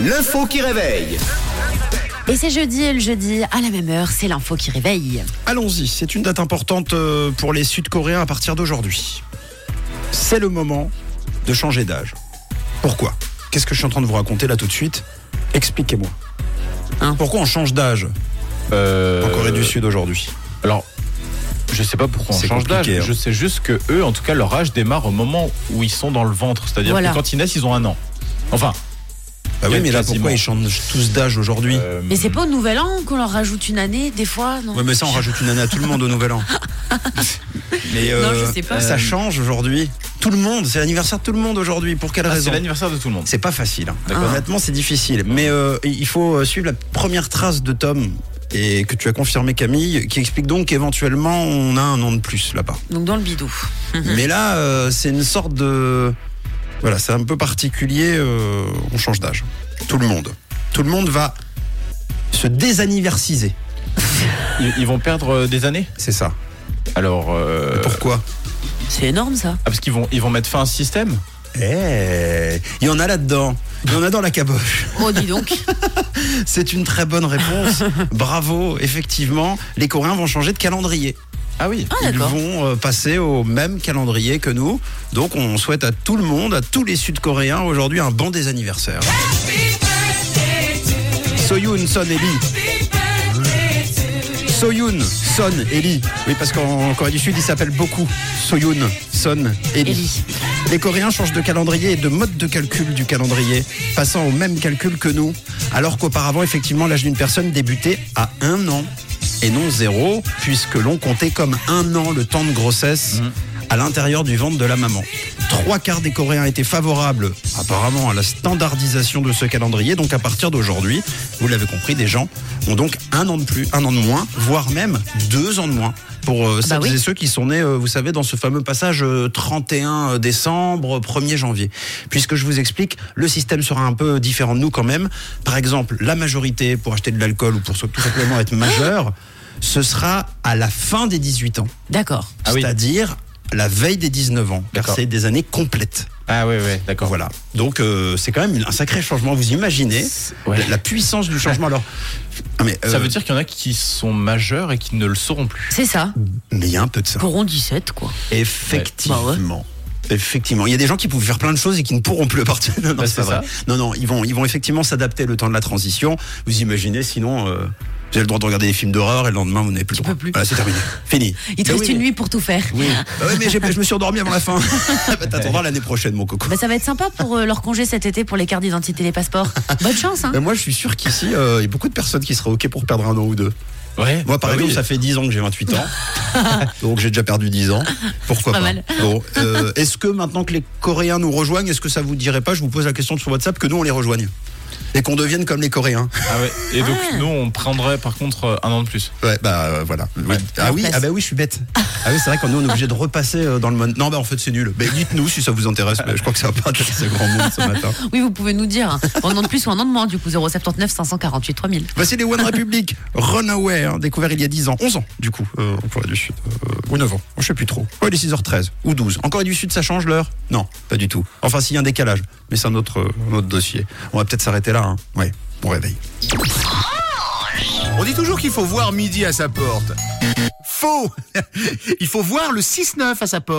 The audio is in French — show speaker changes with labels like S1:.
S1: L'info qui réveille.
S2: Et c'est jeudi et le jeudi, à la même heure, c'est l'info qui réveille.
S3: Allons-y, c'est une date importante euh, pour les Sud-Coréens à partir d'aujourd'hui. C'est le moment de changer d'âge. Pourquoi Qu'est-ce que je suis en train de vous raconter là tout de suite Expliquez-moi.
S2: Hein
S3: Pourquoi on change d'âge
S4: Euh,
S3: en Corée du Sud aujourd'hui
S4: Alors, je sais pas pourquoi on
S3: C'est
S4: change d'âge.
S3: compliqué, hein.
S4: Je sais juste que eux, en tout cas, leur âge démarre au moment où ils sont dans le ventre. C'est-à-dire
S2: Voilà.
S4: que quand ils naissent, ils ont un an. Enfin.
S3: Bah oui,
S4: Quel
S3: mais là
S4: quasiment.
S3: pourquoi ils changent tous d'âge aujourd'hui
S4: euh,
S2: Mais c'est pas au nouvel an qu'on leur rajoute une année, des fois, non
S3: Ouais, mais ça on rajoute une année à tout le monde au Nouvel An. Mais euh,
S2: je sais pas.
S3: ça change aujourd'hui. Tout le monde, c'est l'anniversaire de tout le monde aujourd'hui. Pour quelle
S4: ah,
S3: raison
S4: c'est l'anniversaire de tout le monde.
S3: C'est pas facile. hein.
S4: D'accord.
S3: Honnêtement, c'est difficile. Mais euh, il faut euh, suivre la première trace de Tom et que tu as confirmé Camille, qui explique donc qu'éventuellement on a un an de plus là-bas.
S2: Donc dans le bidou.
S4: Mhm.
S3: Mais là, euh, c'est une sorte de... Voilà, c'est un peu particulier, euh, on change d'âge. Tout le monde. Tout le monde va se désanniversiser.
S4: Ils, ils vont perdre euh, des années
S3: C'est ça.
S4: Alors. euh,
S3: Pourquoi
S2: C'est énorme, ça.
S4: ah, parce qu'ils vont, ils vont mettre fin à un système
S3: Eh, il y en a là-dedans. Il y en a dans la caboche.
S2: Oh, dis donc.
S3: C'est une très bonne réponse. Bravo, effectivement, les Coréens vont changer de calendrier.
S4: Ah oui.
S2: Ah,
S3: Ils
S2: d'accord.
S3: vont euh, passer au même calendrier que nous. Donc on souhaite à tout le monde, à tous les Sud-Coréens aujourd'hui un bon des anniversaires. Soyun, Son, Eli. Soyun, Son, Eli. Oui, parce qu'en Corée du Sud, ils s'appellent beaucoup Soyun, Son, Eli.
S2: Eli.
S3: Les Coréens changent de calendrier et de mode de calcul du calendrier, passant au même calcul que nous, alors qu'auparavant, effectivement, l'âge d'une personne débutait à un an et non zéro, puisque l'on comptait comme un an le temps de grossesse à l'intérieur du ventre de la maman. Trois quarts des Coréens étaient favorables, apparemment, à la standardisation de ce calendrier. Donc, à partir d'aujourd'hui, vous l'avez compris, des gens ont donc un an de plus, un an de moins, voire même deux ans de moins pour euh,
S2: Bah
S3: celles
S2: oui.
S3: et ceux qui sont nés, euh, vous savez, dans ce fameux passage euh, 31 décembre, 1er janvier. Puisque je vous explique, le système sera un peu différent de nous quand même. Par exemple, la majorité pour acheter de l'alcool ou pour tout simplement être majeur, ce sera à la fin des 18 ans.
S2: D'accord.
S4: Ah oui.
S3: C'est-à-dire la veille des 19 ans, car
S4: D'accord.
S3: c'est des années complètes.
S4: Ah ouais, ouais, d'accord.
S3: Voilà. Donc euh, c'est quand même un sacré changement. Vous imaginez
S4: Ouais.
S3: la, la puissance du changement. Alors, ah, mais euh,
S4: Ça veut dire qu'il y en a qui sont majeurs et qui ne le sauront plus.
S2: C'est ça.
S3: mais il y a un peu de ça.
S2: Coron 17, quoi.
S3: Effectivement.
S2: Ouais.
S3: Effectivement, il y a des gens qui peuvent faire plein de choses et qui ne pourront plus partir. Non, non,
S4: Bah,
S3: c'est pas
S4: c'est ça.
S3: vrai. Non, non, ils vont, ils vont effectivement s'adapter le temps de la transition. Vous imaginez, sinon, euh, vous avez le droit de regarder des films d'horreur et le lendemain, vous n'avez plus le droit.
S2: peux plus.
S3: Voilà, c'est terminé. Fini.
S2: Il te
S3: Bah
S2: reste
S3: oui,
S2: une
S3: mais-
S2: nuit pour tout faire.
S3: Oui. Bah ouais, mais j'ai- je me suis endormi avant la fin. bah, T'attendras l'année prochaine, mon coco.
S2: Bah, ça va être sympa pour euh, leur congé cet été pour les cartes d'identité et les passeports. Bonne chance, hein.
S3: Bah, moi, je suis sûr qu'ici, euh, il y a beaucoup de personnes qui seraient OK pour perdre un an ou deux.
S4: Ouais.
S3: Moi, par
S4: Bah
S3: exemple,
S4: oui.
S3: ça fait 10 ans que j'ai 28 ans. donc, j'ai déjà perdu 10 ans. Pourquoi
S2: C'est
S3: pas,
S2: pas mal.
S3: Bon, euh, Est-ce que maintenant que les Coréens nous rejoignent, est-ce que ça vous dirait pas, je vous pose la question sur WhatsApp, que nous, on les rejoigne Et qu'on devienne comme les Coréens
S4: Ah ouais. Et donc,
S2: Ah.
S4: nous, on prendrait par contre euh, un an de plus.
S3: Ouais, bah euh, voilà. Oui. Ah oui, ah bah oui, je suis bête. Ah oui, c'est vrai qu'on nous, on est obligé de repasser euh, dans le monde. Non, bah en fait, c'est nul. Mais dites-nous si ça vous intéresse. Mais je crois que ça va pas intéresser grand monde ce matin.
S2: Oui, vous pouvez nous dire. hein. Un an de plus ou un an de moins, du coup, 079 548 3000.
S3: Voici les One Republic, Runaway, hein, découvert il y a 10 ans, 11 ans du coup, euh, en Corée du Sud, euh, ou 9 ans, je sais plus trop. Ouais, il est 6h13 ou 12. En Corée du Sud, ça change l'heure Non, pas du tout. Enfin, s'il y a un décalage, mais c'est un autre, euh, un autre dossier. On va peut-être s'arrêter là, hein. ouais, bon réveil.
S1: On dit toujours qu'il faut voir midi à sa porte. Faux Il faut voir le 6-9 à sa porte.